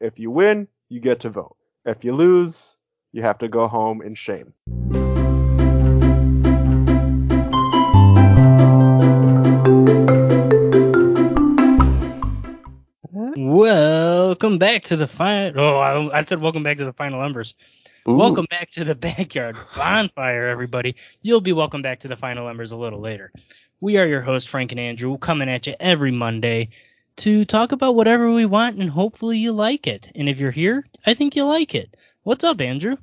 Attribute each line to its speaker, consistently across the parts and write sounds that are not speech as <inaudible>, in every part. Speaker 1: If you win, you get to vote. If you lose, you have to go home in shame.
Speaker 2: Welcome back to the final. Oh, I, I said welcome back to the final embers.
Speaker 1: Ooh.
Speaker 2: Welcome back to the backyard bonfire, everybody. You'll be welcome back to the final embers a little later. We are your host Frank and Andrew, coming at you every Monday to talk about whatever we want, and hopefully you like it. And if you're here, I think you like it. What's up, Andrew?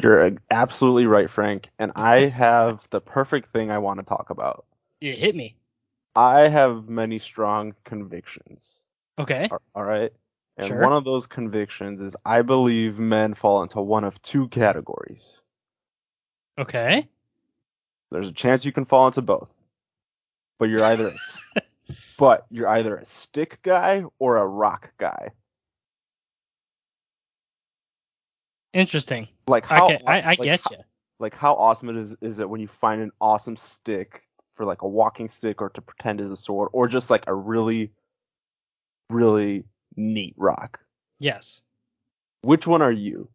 Speaker 1: You're uh, absolutely right, Frank. And I have the perfect thing I want to talk about.
Speaker 2: It hit me.
Speaker 1: I have many strong convictions.
Speaker 2: Okay.
Speaker 1: Ar- All right. And
Speaker 2: Sure.
Speaker 1: one of those convictions is I believe men fall into one of two categories.
Speaker 2: Okay.
Speaker 1: There's a chance you can fall into both. But you're either a
Speaker 2: <laughs>
Speaker 1: s- but you're either a stick guy or a rock guy.
Speaker 2: Interesting.
Speaker 1: Like
Speaker 2: I,
Speaker 1: how
Speaker 2: ca- I, I
Speaker 1: like
Speaker 2: get
Speaker 1: how-
Speaker 2: you.
Speaker 1: Like how awesome it is is it when you find an awesome stick for like a walking stick or to pretend is a sword or just like a really really neat rock.
Speaker 2: Yes.
Speaker 1: Which one are you?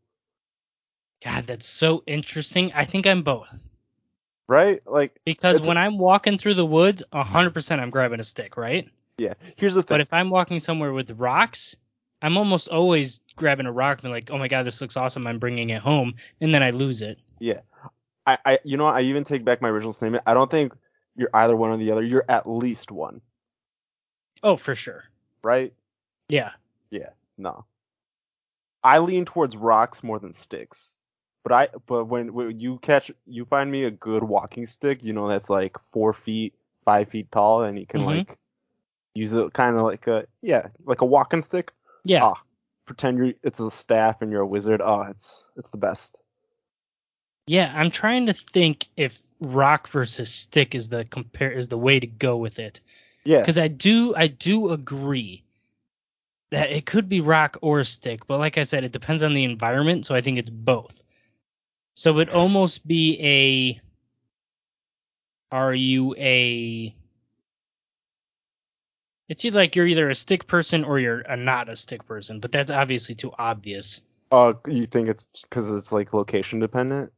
Speaker 2: God, that's so interesting. I think I'm both.
Speaker 1: Right? Like
Speaker 2: Because
Speaker 1: It's-
Speaker 2: when i I'm walking through the woods, 100% I'm grabbing a stick, right?
Speaker 1: yeah, here's the thing.
Speaker 2: But if I'm walking somewhere with rocks, I'm almost always grabbing a rock and be like, oh my God, this looks awesome. I'm bringing it home. And then I lose it.
Speaker 1: I, I you know what, I even take back my original statement. I don't think you're either one or the other. You're at least one,
Speaker 2: Oh, for sure.
Speaker 1: right?
Speaker 2: Yeah.
Speaker 1: No. I lean towards rocks more than sticks. But I but when, when you catch you find me a good walking stick, you know that's like four feet, five feet tall, and you can
Speaker 2: Mhm.
Speaker 1: like use it kind of like a yeah like a walking stick.
Speaker 2: Yeah.
Speaker 1: Ah. Pretend you are it's a staff and you're a wizard. Oh, it's it's the best.
Speaker 2: Yeah. I'm trying to think if rock versus stick is the compare is the way to go with it.
Speaker 1: Yeah.
Speaker 2: because I do I do agree that it could be rock or stick, but like I said, it depends on the environment, so I think it's both. So
Speaker 1: <laughs>
Speaker 2: it'd almost be a are you a it's either like you're either a stick person or you're a not a stick person, but that's obviously too obvious.
Speaker 1: Oh, you think it's because it's like location dependent?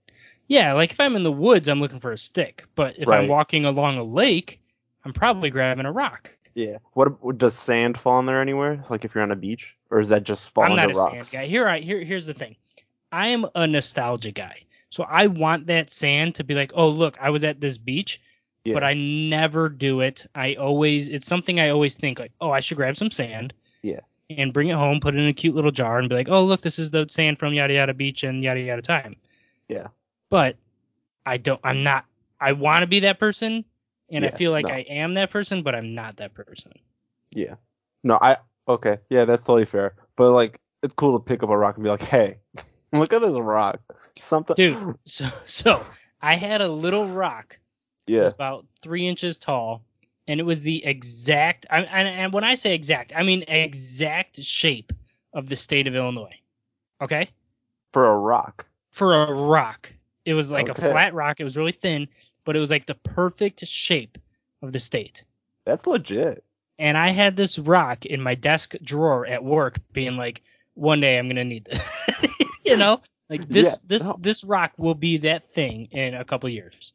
Speaker 2: Yeah, like if I'm in the woods, I'm looking for a stick, but if I'm
Speaker 1: Right.
Speaker 2: walking along a lake, I'm probably grabbing a rock.
Speaker 1: Yeah. What what- does sand fall in there anywhere? Like if you're on a beach, or is that just fall
Speaker 2: I'm
Speaker 1: into
Speaker 2: not a
Speaker 1: rocks?
Speaker 2: sand guy. Here, I here here's the thing. I am a nostalgia guy, so I want that sand to be like, oh look, I was at this beach,
Speaker 1: Yeah.
Speaker 2: but I never do it. I always it's something I always think like, oh, I should grab some sand.
Speaker 1: Yeah.
Speaker 2: And bring it home, put it in a cute little jar, and be like, oh look, this is the sand from yada yada beach and yada yada time.
Speaker 1: Yeah.
Speaker 2: But I don't. I'm not. I want to be that person, and I
Speaker 1: Yeah,
Speaker 2: feel like
Speaker 1: no.
Speaker 2: I am that person, but I'm not that person.
Speaker 1: Yeah. No, I okay. Yeah, that's totally fair. But like, it's cool to pick up a rock and be like, hey, <laughs> look at this rock. Something.
Speaker 2: Dude, so <laughs> so I had a little rock
Speaker 1: <laughs>
Speaker 2: It
Speaker 1: Yeah.
Speaker 2: was about three inches tall, and it was the exact. I, and, and when I say exact, I mean exact shape of the state of Illinois. Okay,
Speaker 1: For a rock.
Speaker 2: for a rock, it was like
Speaker 1: Okay.
Speaker 2: a flat rock. It was really thin, but it was like the perfect shape of the state.
Speaker 1: That's legit.
Speaker 2: And I had this rock in my desk drawer at work, being like, one day I'm gonna need this. <laughs> you know, like this
Speaker 1: Yeah,
Speaker 2: this
Speaker 1: no.
Speaker 2: this rock will be that thing in a couple years.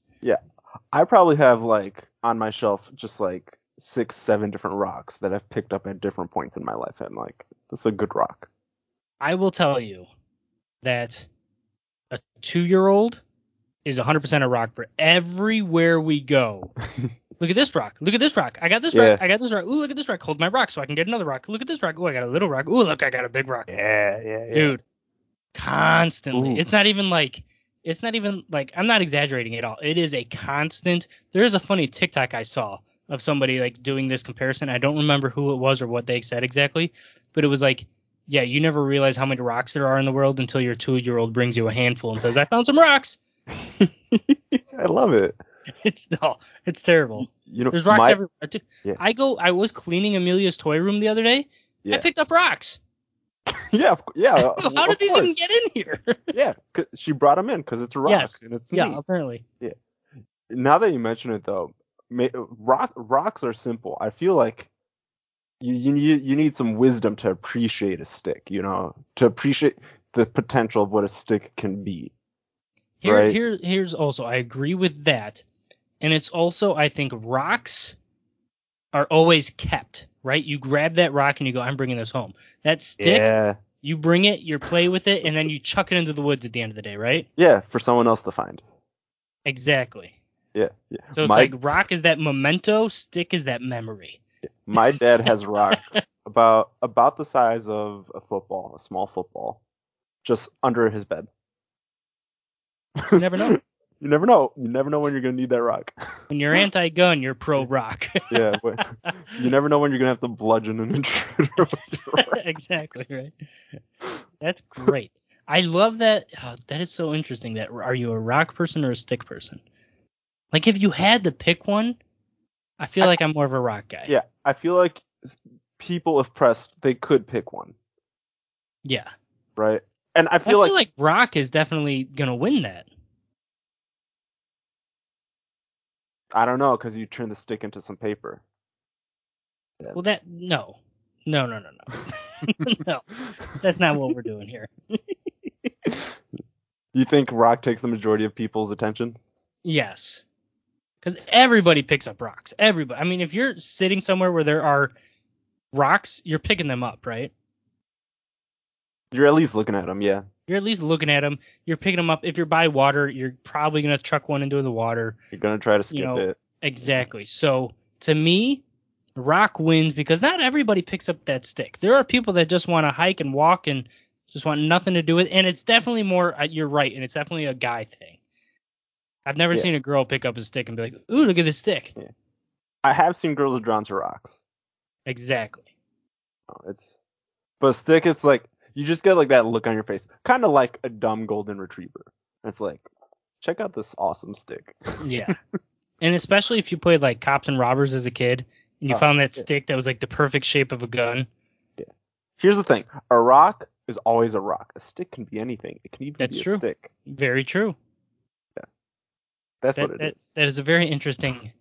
Speaker 1: I probably have like on my shelf just like six, seven different rocks that I've picked up at different points in my life. And like, this is a good rock.
Speaker 2: I will tell you that a two year old is 100% a rock for everywhere we go. look at this rock. Look at this rock. I got this rock.
Speaker 1: Yeah.
Speaker 2: I got this rock. Ooh, look at this rock. Hold my rock so I can get another rock. Look at this rock. Ooh, I got a little rock. Ooh, look, I got a big rock.
Speaker 1: Yeah, yeah, yeah.
Speaker 2: Dude, constantly.
Speaker 1: Ooh.
Speaker 2: It's not even like. It's not even like I'm not exaggerating at all. It is a constant. There is a funny TikTok I saw of somebody like doing this comparison. I don't remember who it was or what they said exactly, but it was like, yeah, you never realize how many rocks there are in the world until your two-year-old brings you a handful and says, "I found some rocks." <laughs>
Speaker 1: I love it.
Speaker 2: It's oh, it's terrible.
Speaker 1: You know,
Speaker 2: There's rocks
Speaker 1: my,
Speaker 2: everywhere. Dude,
Speaker 1: Yeah.
Speaker 2: I go. I was cleaning Amelia's toy room the other day. I
Speaker 1: Yeah. <laughs>
Speaker 2: picked up rocks.
Speaker 1: yeah, of, cou- yeah.
Speaker 2: <laughs> how
Speaker 1: of
Speaker 2: did these
Speaker 1: course.
Speaker 2: even get in here? <laughs>
Speaker 1: Yeah, 'cause she brought them in because it's a rock
Speaker 2: Yes.
Speaker 1: and it's neat.
Speaker 2: yeah, apparently.
Speaker 1: now that you mention it though ma- rock rocks are simple i feel like you, you need you need some wisdom to appreciate a stick, you know, to appreciate the potential of what a stick can be.
Speaker 2: Here,
Speaker 1: Right.
Speaker 2: here, here's also I agree with that, and it's also I think rocks are always kept. Right, you grab that rock and you go, I'm bringing this home. That stick,
Speaker 1: Yeah,
Speaker 2: you bring it, you play with it, and then you chuck it into the woods at the end of the day, right?
Speaker 1: yeah, for someone else to find.
Speaker 2: Exactly.
Speaker 1: Yeah, yeah.
Speaker 2: So it's
Speaker 1: my
Speaker 2: like rock is that memento, stick is that memory.
Speaker 1: my dad
Speaker 2: <laughs>
Speaker 1: has a rock about about the size of a football, a small football, just under his bed.
Speaker 2: You never know.
Speaker 1: <laughs> You never know. You never know when you're gonna need that
Speaker 2: <laughs>
Speaker 1: rock.
Speaker 2: When you're anti-gun, you're pro-rock.
Speaker 1: yeah, but you never know when you're gonna have to bludgeon an intruder with your <laughs> rock.
Speaker 2: <laughs> exactly right. That's great. I love that. oh, that is so interesting. That are you a rock person or a stick person? Like if you had to pick one, I feel like I'm more of a rock guy.
Speaker 1: Yeah, I feel like people, if pressed, they could pick one,
Speaker 2: Yeah.
Speaker 1: right? And I
Speaker 2: I feel
Speaker 1: feel like,
Speaker 2: like rock is definitely gonna win that.
Speaker 1: I don't know, because you turn the stick into some paper. <laughs>
Speaker 2: Well, that no, no, no, no,
Speaker 1: <laughs>
Speaker 2: no, <laughs> no. That's not what we're doing here.
Speaker 1: You think rock takes the majority of people's attention?
Speaker 2: Yes. Because everybody picks up rocks. Everybody. I mean, if you're sitting somewhere where there are rocks, you're picking them up, right?
Speaker 1: You're at least looking at them, yeah.
Speaker 2: You're at least looking at them. You're picking them up. If you're by water, you're probably going to chuck one into the water.
Speaker 1: You're gonna try to skip
Speaker 2: know,
Speaker 1: it.
Speaker 2: Exactly. So to me, rock wins because not everybody picks up that stick. There are people that just want to hike and walk and just want nothing to do with And it's definitely more, uh, you're right. And it's definitely a guy thing. I've never
Speaker 1: Yeah.
Speaker 2: seen a girl pick up a stick and be like, ooh, look at this stick.
Speaker 1: I have seen girls drawn to rocks.
Speaker 2: Exactly.
Speaker 1: No, It's but stick. It's like you just get like that look on your face, kind of like a dumb golden retriever. It's like, check out this awesome stick. <laughs>
Speaker 2: Yeah. and especially if you played like cops and robbers as a kid and you
Speaker 1: Oh,
Speaker 2: found that
Speaker 1: yeah.
Speaker 2: stick that was like the perfect shape of a gun.
Speaker 1: Here's the thing: a rock is always a rock. A stick can be anything. It can even
Speaker 2: That's
Speaker 1: be a
Speaker 2: true.
Speaker 1: stick.
Speaker 2: Very true.
Speaker 1: That's
Speaker 2: That,
Speaker 1: what it is.
Speaker 2: that, that is a very interesting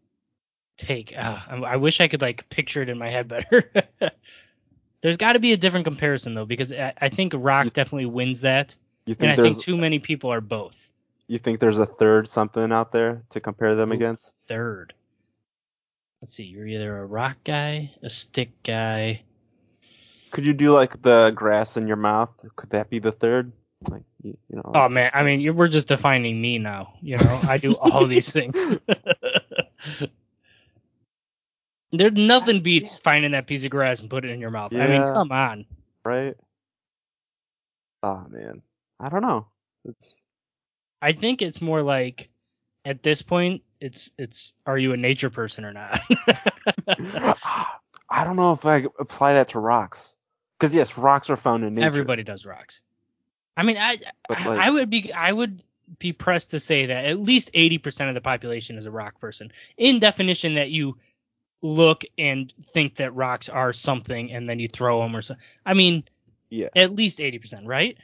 Speaker 2: take. Uh, I, I wish I could like picture it in my head better. <laughs> There's got to be a different comparison though because I, I think rock definitely wins that,
Speaker 1: You
Speaker 2: and
Speaker 1: think
Speaker 2: I
Speaker 1: there's
Speaker 2: think too many people are both
Speaker 1: you think there's a third something out there to compare them
Speaker 2: Ooh.
Speaker 1: against?
Speaker 2: third. Let's see, you're either a rock guy, a stick guy.
Speaker 1: Could you do like the grass in your mouth? Could that be the third? Like you, you know.
Speaker 2: Oh man, I mean, you we're just defining me now. You know, I do
Speaker 1: <laughs>
Speaker 2: all these things. <laughs> There's nothing beats finding that piece of grass and putting it in your mouth. I mean,
Speaker 1: Yeah.
Speaker 2: come on.
Speaker 1: right? Oh man, I don't know.
Speaker 2: <laughs>
Speaker 1: It's,
Speaker 2: I think it's more like at this point, it's it's are you a nature person or not? <laughs>
Speaker 1: Ah, I don't know if I could apply that to rocks, because yes, rocks are found in nature.
Speaker 2: Everybody does rocks. I mean, I
Speaker 1: But,
Speaker 2: I-
Speaker 1: like-
Speaker 2: I would be I would be pressed to say that at least 80% of the population is a rock person. In definition that you look and think that rocks are something and then you throw them or something. I mean,
Speaker 1: Yeah.
Speaker 2: at least 80%, right?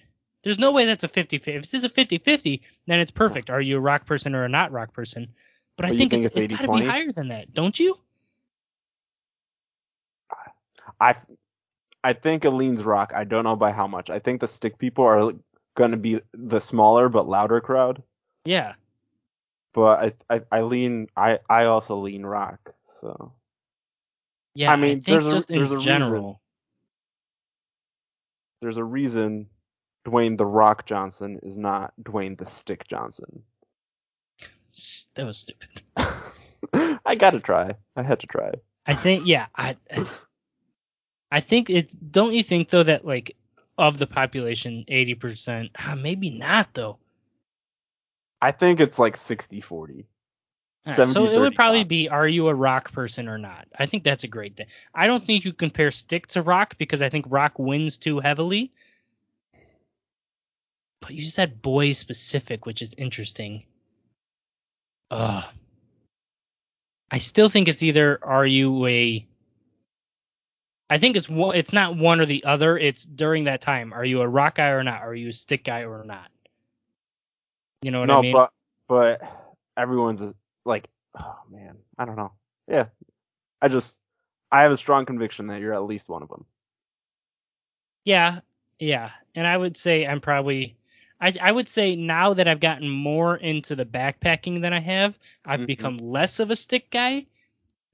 Speaker 2: There's no way that's a 50 If this is a 50 50, then it's perfect. Are you a rock person or a not rock person? But I
Speaker 1: But you
Speaker 2: think,
Speaker 1: think
Speaker 2: it's,
Speaker 1: it's
Speaker 2: it's got to
Speaker 1: 80-20?
Speaker 2: be higher than that, don't you?
Speaker 1: I, I think it leans rock. I don't know by how much. I think the stick people are gonna be the smaller but louder crowd.
Speaker 2: Yeah.
Speaker 1: But I, I, I lean. I, I also lean rock. So
Speaker 2: Yeah.
Speaker 1: I mean,
Speaker 2: think
Speaker 1: there's a-
Speaker 2: just in
Speaker 1: there's a reason.
Speaker 2: general.
Speaker 1: there's a reason Dwayne the Rock Johnson is not Dwayne the Stick Johnson. <laughs>
Speaker 2: S- That was stupid.
Speaker 1: I gotta try. I had to try.
Speaker 2: I think yeah, I I think it's don't you think though that like of the population 80%, ah, maybe not though.
Speaker 1: I think it's like 60 40.
Speaker 2: All right, so it would probably be are you a rock person or not? I think that's a great thing. I don't think you compare stick to rock because I think rock wins too heavily. But you said boy specific, which is interesting. Uh I still think it's either are you a I think it's one it's not one or the other. It's during that time. Are you a rock guy or not? Are you a stick guy or not? You know what
Speaker 1: no,
Speaker 2: I mean?
Speaker 1: but but everyone's is- like, oh man, I don't know. Yeah, I just I have a strong conviction that you're at least one of them.
Speaker 2: Yeah, yeah. And I would say I'm probably I I would say now that I've gotten more into the backpacking than I have, I've
Speaker 1: Mhm.
Speaker 2: become less of a stick guy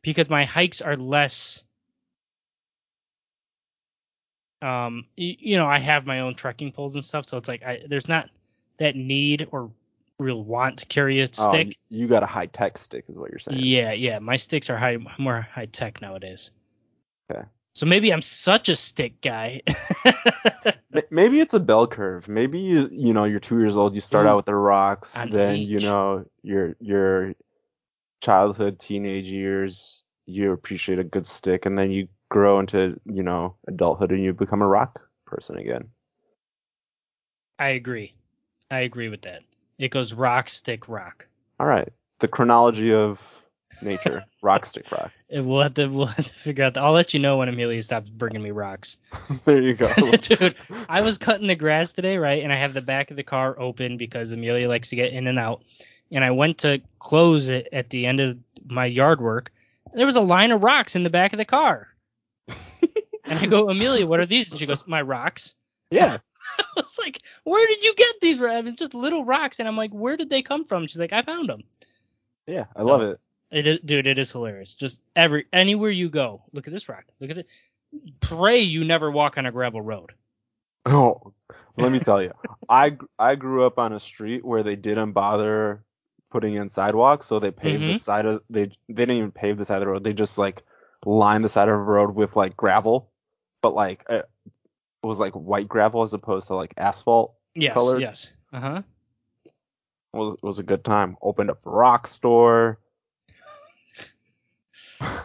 Speaker 2: because my hikes are less um y- you know, I have my own trekking poles and stuff, so it's like I there's not that need or real want to carry a
Speaker 1: Oh,
Speaker 2: stick.
Speaker 1: you you got a high tech stick, is what you're saying.
Speaker 2: Yeah, yeah. My sticks are high, more high tech nowadays.
Speaker 1: Okay.
Speaker 2: So maybe I'm such a stick guy. <laughs>
Speaker 1: M- Maybe it's a bell curve. Maybe you you know you're two years old. You start
Speaker 2: Ooh.
Speaker 1: out with the rocks,
Speaker 2: On
Speaker 1: then you
Speaker 2: each.
Speaker 1: know your your childhood, teenage years. You appreciate a good stick, and then you grow into you know adulthood, and you become a rock person again.
Speaker 2: I agree. I agree with that. It goes rock, stick, rock.
Speaker 1: All right, the chronology of nature, rock, stick, rock. <laughs>
Speaker 2: And We'll have to, we'll have to figure out. The, I'll let you know when Amelia stops bringing me rocks.
Speaker 1: there you
Speaker 2: <laughs>
Speaker 1: go.
Speaker 2: Dude, I was cutting the grass today, right? And I have the back of the car open because Amelia likes to get in and out. And I went to close it at the end of my yard work. There was a line of rocks in the back of the car. And I go, Amelia, what are these? And she goes, my rocks. <laughs>
Speaker 1: yeah,
Speaker 2: I was like, where did you get these? I mean, just little rocks. And I'm like, where did they come from? She's like, I found them.
Speaker 1: yeah, I love it.
Speaker 2: It is, dude, it is hilarious. Just every anywhere you go, look at this rock. Look at it. Pray you never walk on a gravel road.
Speaker 1: <laughs> Oh, let me tell you, I gr- I grew up on a street where they didn't bother putting in sidewalks, so they paved the
Speaker 2: Mhm.
Speaker 1: side of they they didn't even pave the side of the road. They just like lined the side of the road with like gravel, but like uh, it was like white gravel as opposed to like asphalt.
Speaker 2: Yes,
Speaker 1: Colored.
Speaker 2: yes. Uh huh.
Speaker 1: It was it was a good time. Opened up a rock store. <laughs>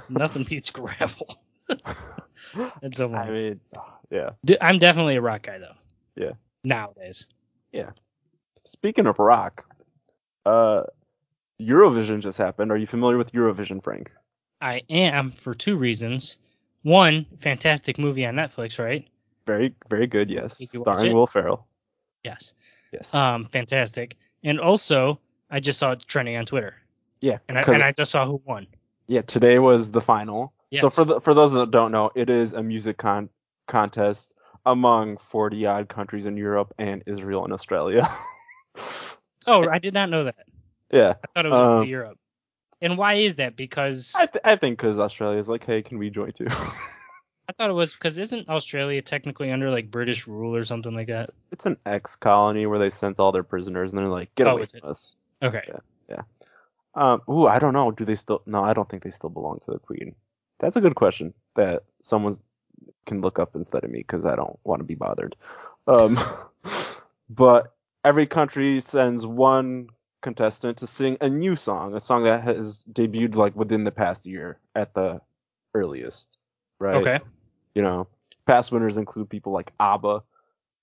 Speaker 2: Nothing beats <laughs> gravel. That's so
Speaker 1: I
Speaker 2: funny.
Speaker 1: mean, <sighs> yeah.
Speaker 2: Dude, I'm definitely a rock guy though.
Speaker 1: Yeah.
Speaker 2: Nowadays.
Speaker 1: Speaking of rock, uh, Eurovision just happened. Are you familiar with Eurovision, Frank?
Speaker 2: I am for two reasons. One, fantastic movie on Netflix, right?
Speaker 1: Very, very good. Yes,
Speaker 2: Did you watch
Speaker 1: starring
Speaker 2: it?
Speaker 1: Will Ferrell.
Speaker 2: Yes.
Speaker 1: Yes.
Speaker 2: um, fantastic. And also, I just saw it trending on Twitter,
Speaker 1: yeah.
Speaker 2: and I
Speaker 1: 'cause-
Speaker 2: and I just saw who won.
Speaker 1: yeah, today was the final. So
Speaker 2: Yes.
Speaker 1: for the, for those that don't know, it is a music con- contest among 40 odd countries in Europe and Israel and Australia. <laughs>
Speaker 2: Oh, I did not know that.
Speaker 1: yeah.
Speaker 2: I thought it was only
Speaker 1: Um,
Speaker 2: Europe. And why is that? Because
Speaker 1: I, th- I think because Australia's like, hey, can we join too? <laughs>
Speaker 2: I thought it was because isn't Australia technically under like British rule or something like that?
Speaker 1: it's an ex colony where they sent all their prisoners and they're like, get
Speaker 2: Oh,
Speaker 1: away
Speaker 2: is
Speaker 1: from
Speaker 2: it?
Speaker 1: us.
Speaker 2: Okay.
Speaker 1: Um, ooh, I don't know. Do they still? No, I don't think they still belong to the queen. That's a good question that someone can look up instead of me because I don't want to be bothered. Um, <laughs> but every country sends one contestant to sing a new song, a song that has debuted like within the past year at the earliest, right?
Speaker 2: Okay.
Speaker 1: You know, past winners include people like ABBA.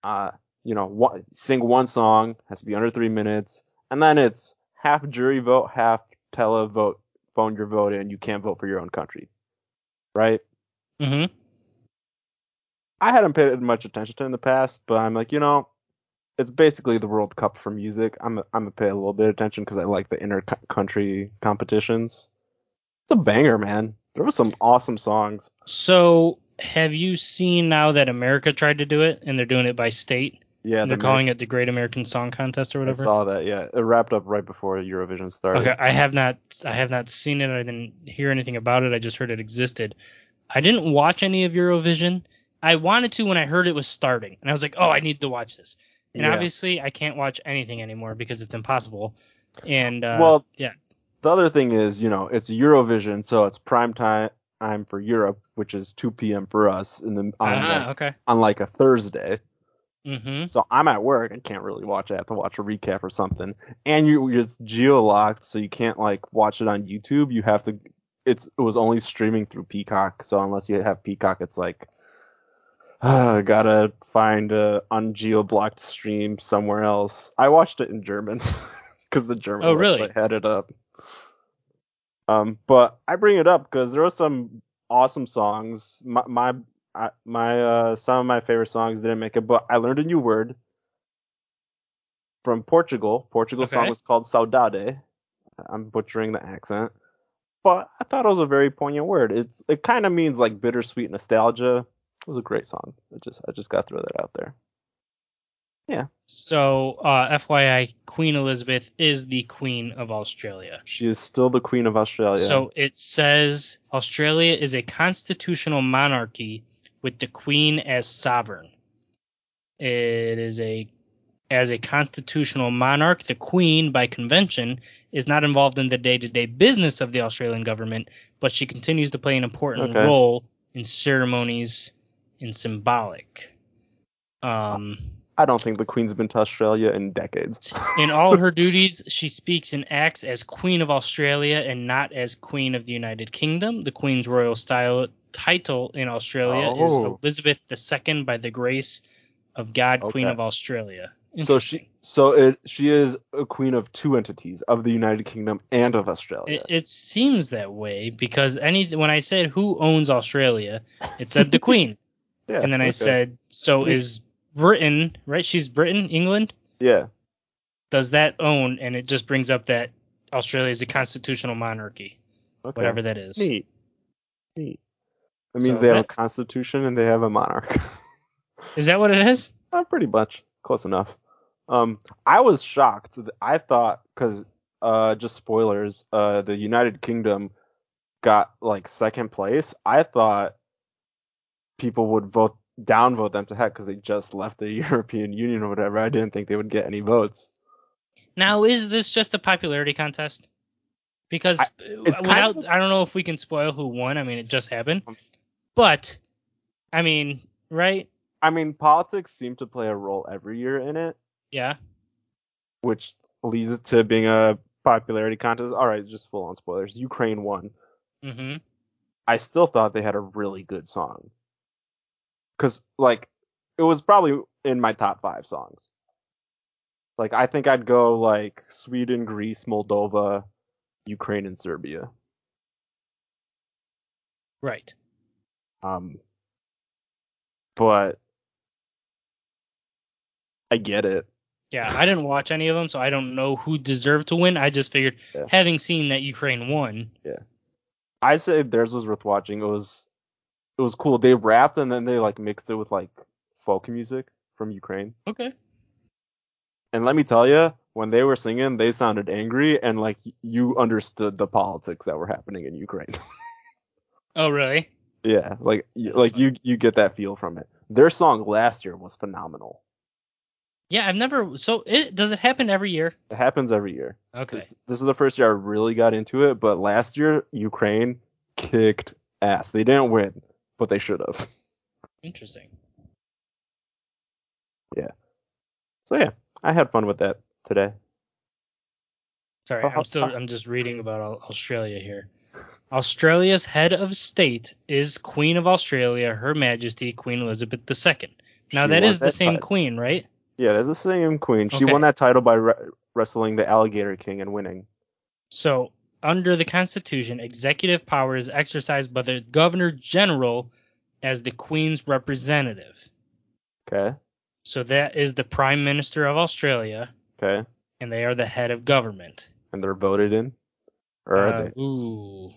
Speaker 1: Uh, you know, one, sing one song has to be under three minutes, and then it's half jury vote, half televote, phone your vote in. You can't vote for your own country, right?
Speaker 2: Mm-hmm.
Speaker 1: I hadn't paid much attention to it in the past, but I'm like, you know, it's basically the World Cup for music. I'm I'm gonna pay a little bit of attention because I like the inner co- country competitions. It's a banger, man. There were some awesome songs.
Speaker 2: So have you seen now that America tried to do it and they're doing it by state?
Speaker 1: Yeah,
Speaker 2: and they're
Speaker 1: the
Speaker 2: calling it the Great American Song Contest or
Speaker 1: I
Speaker 2: whatever.
Speaker 1: saw that. Yeah, it wrapped up right before Eurovision started.
Speaker 2: Okay, I have not I have not seen it. I didn't hear anything about it. I just heard it existed. I didn't watch any of Eurovision. I wanted to when I heard it was starting, and I was like, "Oh, I need to watch this." And
Speaker 1: Yeah.
Speaker 2: obviously, I can't watch anything anymore because it's impossible. And uh,
Speaker 1: Well-
Speaker 2: yeah,
Speaker 1: The other thing is, you know, it's Eurovision, so it's prime time time for Europe, which is 2 p.m. for us, in the on,
Speaker 2: ah,
Speaker 1: like,
Speaker 2: okay,
Speaker 1: on like a Thursday.
Speaker 2: mm-hmm.
Speaker 1: So I'm at work and can't really watch. it. I have to watch a recap or something. And you, you're geo locked, so you can't like watch it on YouTube. You have to. It's it was only streaming through Peacock. So unless you have Peacock, it's like <sighs> uh, gotta find a ungeo blocked stream somewhere else. I watched it in German <laughs> because the German
Speaker 2: Oh, really?
Speaker 1: website had it up. Um, but I bring it up because there were some awesome songs. My, my I, my uh, some of my favorite songs didn't make it, but I learned a new word from Portugal. Portugal's
Speaker 2: Okay.
Speaker 1: song was called saudade. I'm butchering the accent. but I thought it was a very poignant word. It's it kind of means like bittersweet nostalgia. It was a great song. I just I just got to throw that out there. Yeah,
Speaker 2: So, uh, FYI, Queen Elizabeth is the Queen of Australia.
Speaker 1: she is still the queen of Australia.
Speaker 2: So it says Australia is a constitutional monarchy with the Queen as sovereign. It is a as a constitutional monarch, the Queen, by convention, is not involved in the day-to-day business of the Australian government, but she continues to play an important
Speaker 1: Okay.
Speaker 2: role in ceremonies and symbolic. Um,
Speaker 1: I don't think the queen's been to Australia in
Speaker 2: <laughs>
Speaker 1: decades. <laughs>
Speaker 2: in all her duties, she speaks and acts as Queen of Australia and not as Queen of the United Kingdom. The Queen's royal style title in Australia
Speaker 1: Oh.
Speaker 2: is Elizabeth II by the grace of God, Queen
Speaker 1: Okay.
Speaker 2: of Australia.
Speaker 1: so she so it she is a queen of two entities of the United Kingdom and of Australia.
Speaker 2: It, it seems that way because any when I said who owns Australia, it said the Queen,
Speaker 1: <laughs> yeah,
Speaker 2: and then I
Speaker 1: okay.
Speaker 2: said so is Britain, right? She's Britain, England.
Speaker 1: yeah.
Speaker 2: Does that own? And it just brings up that Australia is a constitutional monarchy,
Speaker 1: Okay.
Speaker 2: whatever that is.
Speaker 1: Neat. Neat. That means
Speaker 2: So
Speaker 1: they have a
Speaker 2: that-
Speaker 1: constitution and they have a monarch. <laughs>
Speaker 2: Is that what it is?
Speaker 1: Uh, pretty much close enough. Um, I was shocked. Th- I thought because uh, just spoilers. Uh, the United Kingdom got like second place. I thought people would vote downvote them to heck because they just left the <laughs> European Union or whatever. I didn't think they would get any votes.
Speaker 2: Now, is this just a popularity contest? Because
Speaker 1: I-
Speaker 2: uh,
Speaker 1: it's kind
Speaker 2: without,
Speaker 1: of-
Speaker 2: I don't know if we can spoil who won. I mean, it just happened. But, I mean, right?
Speaker 1: I mean, politics seem to play a role every year in it,
Speaker 2: Yeah.
Speaker 1: which leads to being a popularity contest. All right, just full on spoilers. Ukraine won.
Speaker 2: hmm
Speaker 1: I still thought they had a really good song. Cause like it was probably in my top five songs. Like I think I'd go like Sweden, Greece, Moldova, Ukraine, and Serbia.
Speaker 2: Right.
Speaker 1: Um, but I get it.
Speaker 2: Yeah. I didn't watch any of them, so I don't know who deserved to win. I just figured,
Speaker 1: Yeah.
Speaker 2: having seen that Ukraine won,
Speaker 1: I say theirs was worth watching. It was it was cool. They rapped and then they like mixed it with like folk music from Ukraine.
Speaker 2: okay.
Speaker 1: And let me tell you, when they were singing, they sounded angry and like you understood the politics that were happening in Ukraine. <laughs>
Speaker 2: Oh, really?
Speaker 1: yeah, like you, like you you get that feel from it. Their song last year was phenomenal.
Speaker 2: Yeah, I've never. So, it does it happen every year?
Speaker 1: It happens every year.
Speaker 2: Okay.
Speaker 1: This, this is the first year I really got into it, but last year Ukraine kicked ass. They didn't win, but they should have. <laughs>
Speaker 2: Interesting.
Speaker 1: So yeah, I had fun with that today.
Speaker 2: Sorry,
Speaker 1: Oh,
Speaker 2: I'm still
Speaker 1: oh.
Speaker 2: I'm just reading about Au- Australia here. Australia's head of state is Queen of Australia, Her Majesty Queen Elizabeth II. Now
Speaker 1: She won
Speaker 2: that is the same
Speaker 1: title.
Speaker 2: queen, right?
Speaker 1: Yeah, that's the same queen. She
Speaker 2: Okay.
Speaker 1: won that title by re- wrestling the Alligator King and winning.
Speaker 2: So under the Constitution, executive power is exercised by the Governor General as the Queen's representative.
Speaker 1: Okay.
Speaker 2: So that is the Prime Minister of Australia,
Speaker 1: Okay.
Speaker 2: and they are the head of government.
Speaker 1: And they're voted in. Or are
Speaker 2: Uh,
Speaker 1: they?
Speaker 2: Ooh.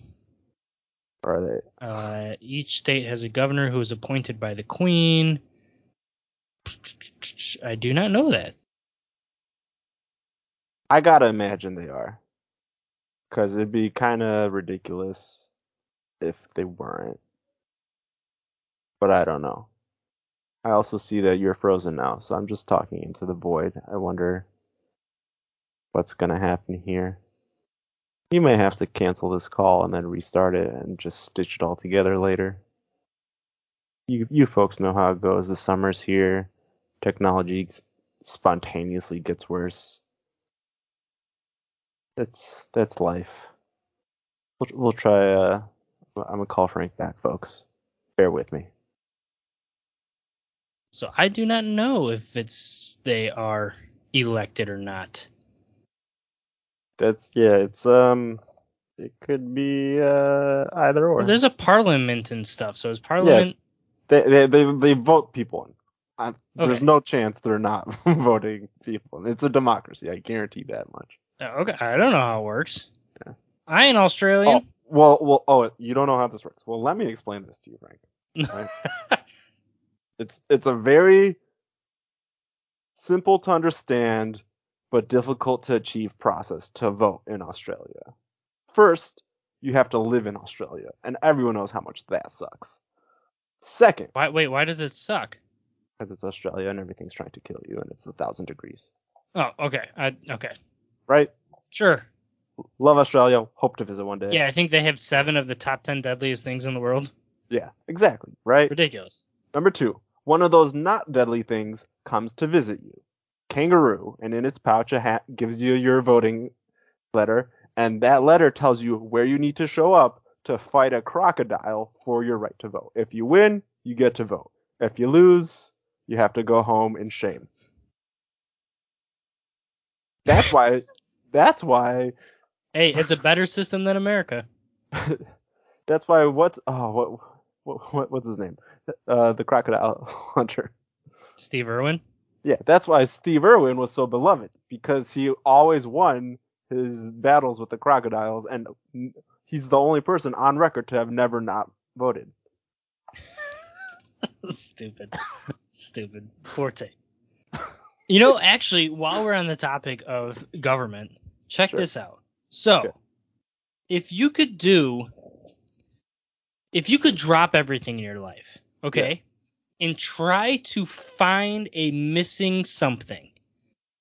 Speaker 1: Or are they?
Speaker 2: Uh, each state has a governor who is appointed by the queen. I do not know that.
Speaker 1: I gotta imagine they are. Cause it'd be kinda ridiculous if they weren't. But I don't know. I also see that you're frozen now, so I'm just talking into the void. I wonder what's gonna happen here. You may have to cancel this call and then restart it and just stitch it all together later. You you folks know how it goes. The summer's here. Technology s- spontaneously gets worse. That's that's life. We'll, we'll try. Uh, I'm gonna call Frank back, folks. Bear with me.
Speaker 2: So I do not know if it's they are elected or not.
Speaker 1: That's yeah. It's um, it could be uh either or.
Speaker 2: Well, there's a parliament and stuff. So is parliament?
Speaker 1: they, they they they vote people in. I, There's
Speaker 2: Okay.
Speaker 1: no chance they're not <laughs> voting people. in. It's a
Speaker 2: uh,
Speaker 1: democracy. I guarantee that much.
Speaker 2: Oh, okay, I don't know how it works. I ain't Australian.
Speaker 1: Oh, Well, well, oh, you don't know how this works. Well, let me explain this to you, Frank. Right. It's it's a very simple to understand but difficult to achieve process to vote in Australia. First, you have to live in Australia, and everyone knows how much that sucks. Second,
Speaker 2: why, wait, why does it suck?
Speaker 1: because it's Australia and everything's trying to kill you, and it's a thousand degrees,
Speaker 2: Oh, okay. I, okay.
Speaker 1: right?
Speaker 2: Sure.
Speaker 1: Love Australia. Hope to visit one day.
Speaker 2: Yeah, I think they have seven of the top ten deadliest things in the world.
Speaker 1: Yeah, exactly. Right.
Speaker 2: Ridiculous.
Speaker 1: Number two, one of those not deadly things comes to visit you. Kangaroo, and in its pouch, a hat gives you your voting letter, and that letter tells you where you need to show up to fight a crocodile for your right to vote. If you win, you get to vote. If you lose, you have to go home in shame. That's why. That's why.
Speaker 2: Hey, it's a better system than America.
Speaker 1: That's why. What's oh what what, what what's his name? Uh, the crocodile <laughs> hunter.
Speaker 2: Steve Irwin.
Speaker 1: Yeah, that's why Steve Irwin was so beloved because he always won his battles with the crocodiles, and he's the only person on record to have never not voted.
Speaker 2: <laughs> Stupid. Stupid. Forte. You know, actually, while we're on the topic of government, check
Speaker 1: Sure.
Speaker 2: this out. So,
Speaker 1: Okay.
Speaker 2: if you could do, if you could drop everything in your life, okay, and try to find a missing something,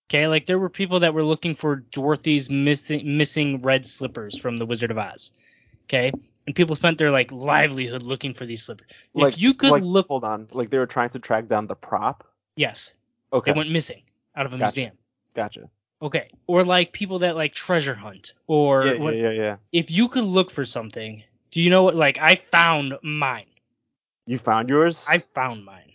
Speaker 2: okay, like there were people that were looking for Dorothy's missing missing red slippers from The Wizard of Oz, okay, and people spent their like livelihood looking for these slippers.
Speaker 1: Like
Speaker 2: if you could
Speaker 1: like,
Speaker 2: look,
Speaker 1: hold on, like they were trying to track down the prop.
Speaker 2: yes,
Speaker 1: Okay,
Speaker 2: they went missing out of a
Speaker 1: Gotcha.
Speaker 2: museum.
Speaker 1: gotcha.
Speaker 2: Okay. Or like people that like treasure hunt or
Speaker 1: yeah,
Speaker 2: what,
Speaker 1: yeah, yeah, yeah.
Speaker 2: if you could look for something, do you know what like I found mine.
Speaker 1: You found yours?
Speaker 2: I found mine.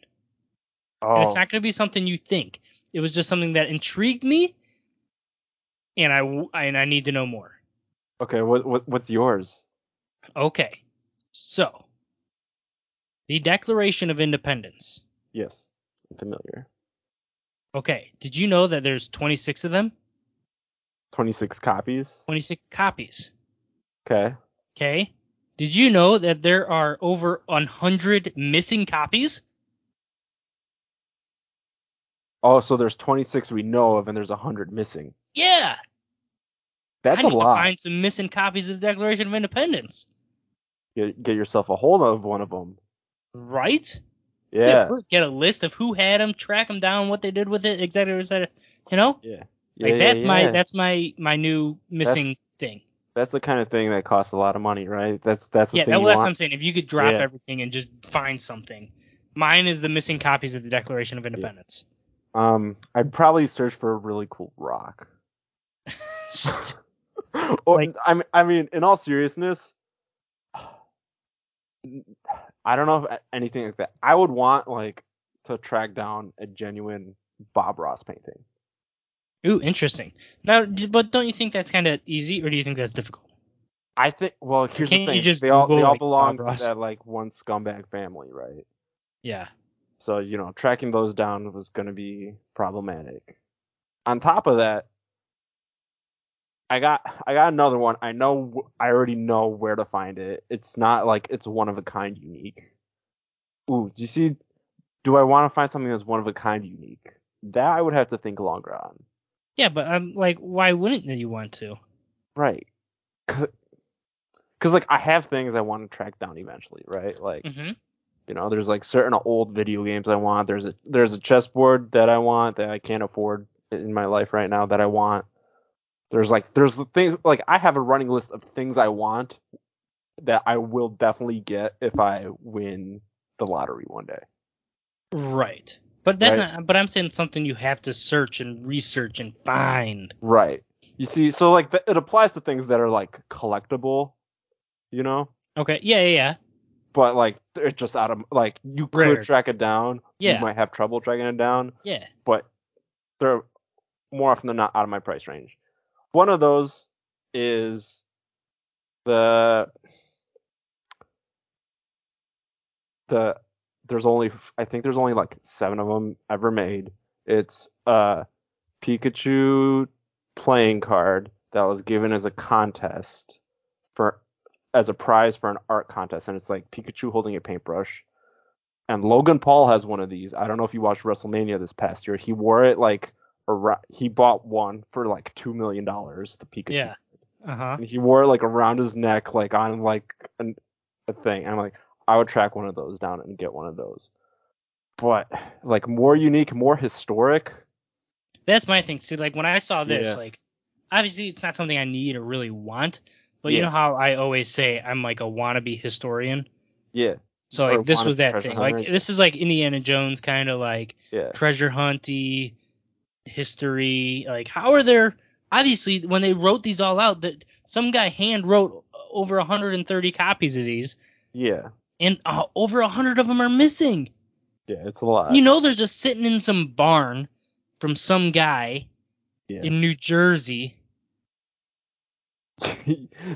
Speaker 1: oh,
Speaker 2: And it's not going to be something you think. It was just something that intrigued me and I w- and I need to know more.
Speaker 1: okay. What, what what's yours?
Speaker 2: Okay. So, the Declaration of Independence.
Speaker 1: Yes, familiar.
Speaker 2: Okay. Did you know that there's 26 of them?
Speaker 1: Twenty six copies.
Speaker 2: 26 copies.
Speaker 1: Okay.
Speaker 2: Okay. Did you know that there are over 100 missing copies?
Speaker 1: Oh, so there's twenty six we know of, and there's hundred missing.
Speaker 2: Yeah.
Speaker 1: That's
Speaker 2: I
Speaker 1: a
Speaker 2: need
Speaker 1: lot.
Speaker 2: To find some missing copies of the Declaration of Independence,
Speaker 1: Get, get yourself a hold of one of them.
Speaker 2: right?
Speaker 1: Yeah.
Speaker 2: Get, get a list of who had them, track them down, what they did with it, etc. etc. You know,
Speaker 1: Yeah,
Speaker 2: like
Speaker 1: yeah,
Speaker 2: that's my
Speaker 1: yeah.
Speaker 2: that's my my new missing thing.
Speaker 1: that's the kind of thing that costs a lot of money, right? That's that's the
Speaker 2: Yeah,
Speaker 1: thing
Speaker 2: that,
Speaker 1: you
Speaker 2: well, that's what I'm
Speaker 1: want.
Speaker 2: saying. If you could drop
Speaker 1: Yeah.
Speaker 2: everything and just find something, mine is the missing copies of the Declaration of Independence.
Speaker 1: Um, I'd probably search for a really cool rock. <gasps>
Speaker 2: St-
Speaker 1: or
Speaker 2: Like-
Speaker 1: I mean, I mean, in all seriousness, <sighs> I don't know if anything like that. I would want like to track down a genuine Bob Ross painting.
Speaker 2: Ooh, interesting. Now, d- but don't you think that's kind of easy, or do you think that's difficult?
Speaker 1: I think. Well, here's
Speaker 2: Can't
Speaker 1: the
Speaker 2: you
Speaker 1: thing:
Speaker 2: just
Speaker 1: they all
Speaker 2: Google,
Speaker 1: they all
Speaker 2: like,
Speaker 1: belong
Speaker 2: Bob Ross?
Speaker 1: to that like one scumbag family, right?
Speaker 2: Yeah.
Speaker 1: So, you know, tracking those down was going to be problematic. On top of that, I got I got another one. I know I already know where to find it. It's not like it's one of a kind unique. Ooh, do you see do I want to find something that's one of a kind unique? That I would have to think longer on.
Speaker 2: Yeah, but I'm like, why wouldn't you want to?
Speaker 1: Right. Cuz like I have things I want to track down eventually, right? Like
Speaker 2: hmm
Speaker 1: You know, there's like certain old video games I want. There's a there's a chessboard that I want that I can't afford in my life right now that I want. There's like there's the things like I have a running list of things I want that I will definitely get if I win the lottery one day.
Speaker 2: Right. But that's
Speaker 1: Right.
Speaker 2: not, but I'm saying something you have to search and research and find.
Speaker 1: Right. You see, so like th- it applies to things that are like collectible, you know,
Speaker 2: Okay. Yeah, yeah, yeah.
Speaker 1: but like they're just out of like you could
Speaker 2: Rare.
Speaker 1: track it down.
Speaker 2: Yeah.
Speaker 1: You might have trouble tracking it down.
Speaker 2: Yeah.
Speaker 1: but they're more often than not out of my price range. One of those is the the there's only I think there's only like seven of them ever made. It's a Pikachu playing card that was given as a contest for as a prize for an art contest, and it's like Pikachu holding a paintbrush. And Logan Paul has one of these. I don't know if you watched WrestleMania this past year. He wore it like ar- he bought one for like two million dollars. The Pikachu.
Speaker 2: Yeah. Uh huh.
Speaker 1: And he wore it like around his neck, like on like an, a thing. And I'm like, I would track one of those down and get one of those. But like more unique, more historic.
Speaker 2: That's my thing too. Like when I saw this,
Speaker 1: Yeah.
Speaker 2: like obviously it's not something I need or really want, but you
Speaker 1: Yeah.
Speaker 2: know how I always say I'm like a wannabe historian.
Speaker 1: Yeah,
Speaker 2: So
Speaker 1: Or
Speaker 2: like this was
Speaker 1: wannabe
Speaker 2: that
Speaker 1: treasure
Speaker 2: thing. Like
Speaker 1: hunter.
Speaker 2: this is like Indiana Jones kind of like
Speaker 1: yeah,
Speaker 2: treasure hunty history. Like how are there? Obviously, when they wrote these all out, that some guy hand wrote over 130 copies of these,
Speaker 1: yeah,
Speaker 2: and uh, over 100 of them are missing.
Speaker 1: yeah. It's a lot.
Speaker 2: You know, they're just sitting in some barn from some guy
Speaker 1: Yeah.
Speaker 2: in New Jersey.
Speaker 1: <laughs>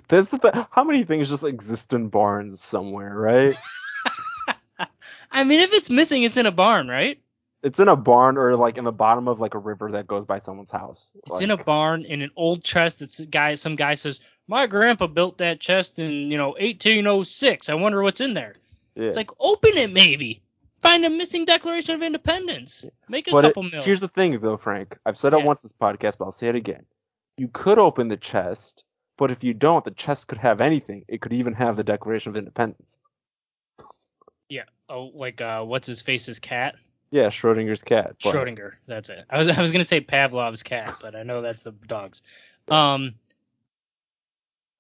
Speaker 1: That's the th- how many things just exist in barns somewhere, right?
Speaker 2: I mean, if it's missing, it's in a barn, right?
Speaker 1: it's in a barn or like in the bottom of like a river that goes by someone's house.
Speaker 2: It's in a barn in an old chest. That's a guy. Some guy says, "My grandpa built that chest in you know 1806. I wonder what's in there."
Speaker 1: yeah.
Speaker 2: It's like open it maybe. Find a missing Declaration of Independence. Make a
Speaker 1: but
Speaker 2: couple
Speaker 1: it,
Speaker 2: mil.
Speaker 1: here's the thing though, Frank. I've said it
Speaker 2: Yes.
Speaker 1: once this podcast, but I'll say it again. You could open the chest, but if you don't, the chest could have anything. It could even have the Declaration of Independence.
Speaker 2: Oh, like uh, what's his face's cat?
Speaker 1: Yeah, Schrodinger's cat. But
Speaker 2: Schrodinger. That's it. I was I was gonna say Pavlov's cat, but I know that's the dogs. Um.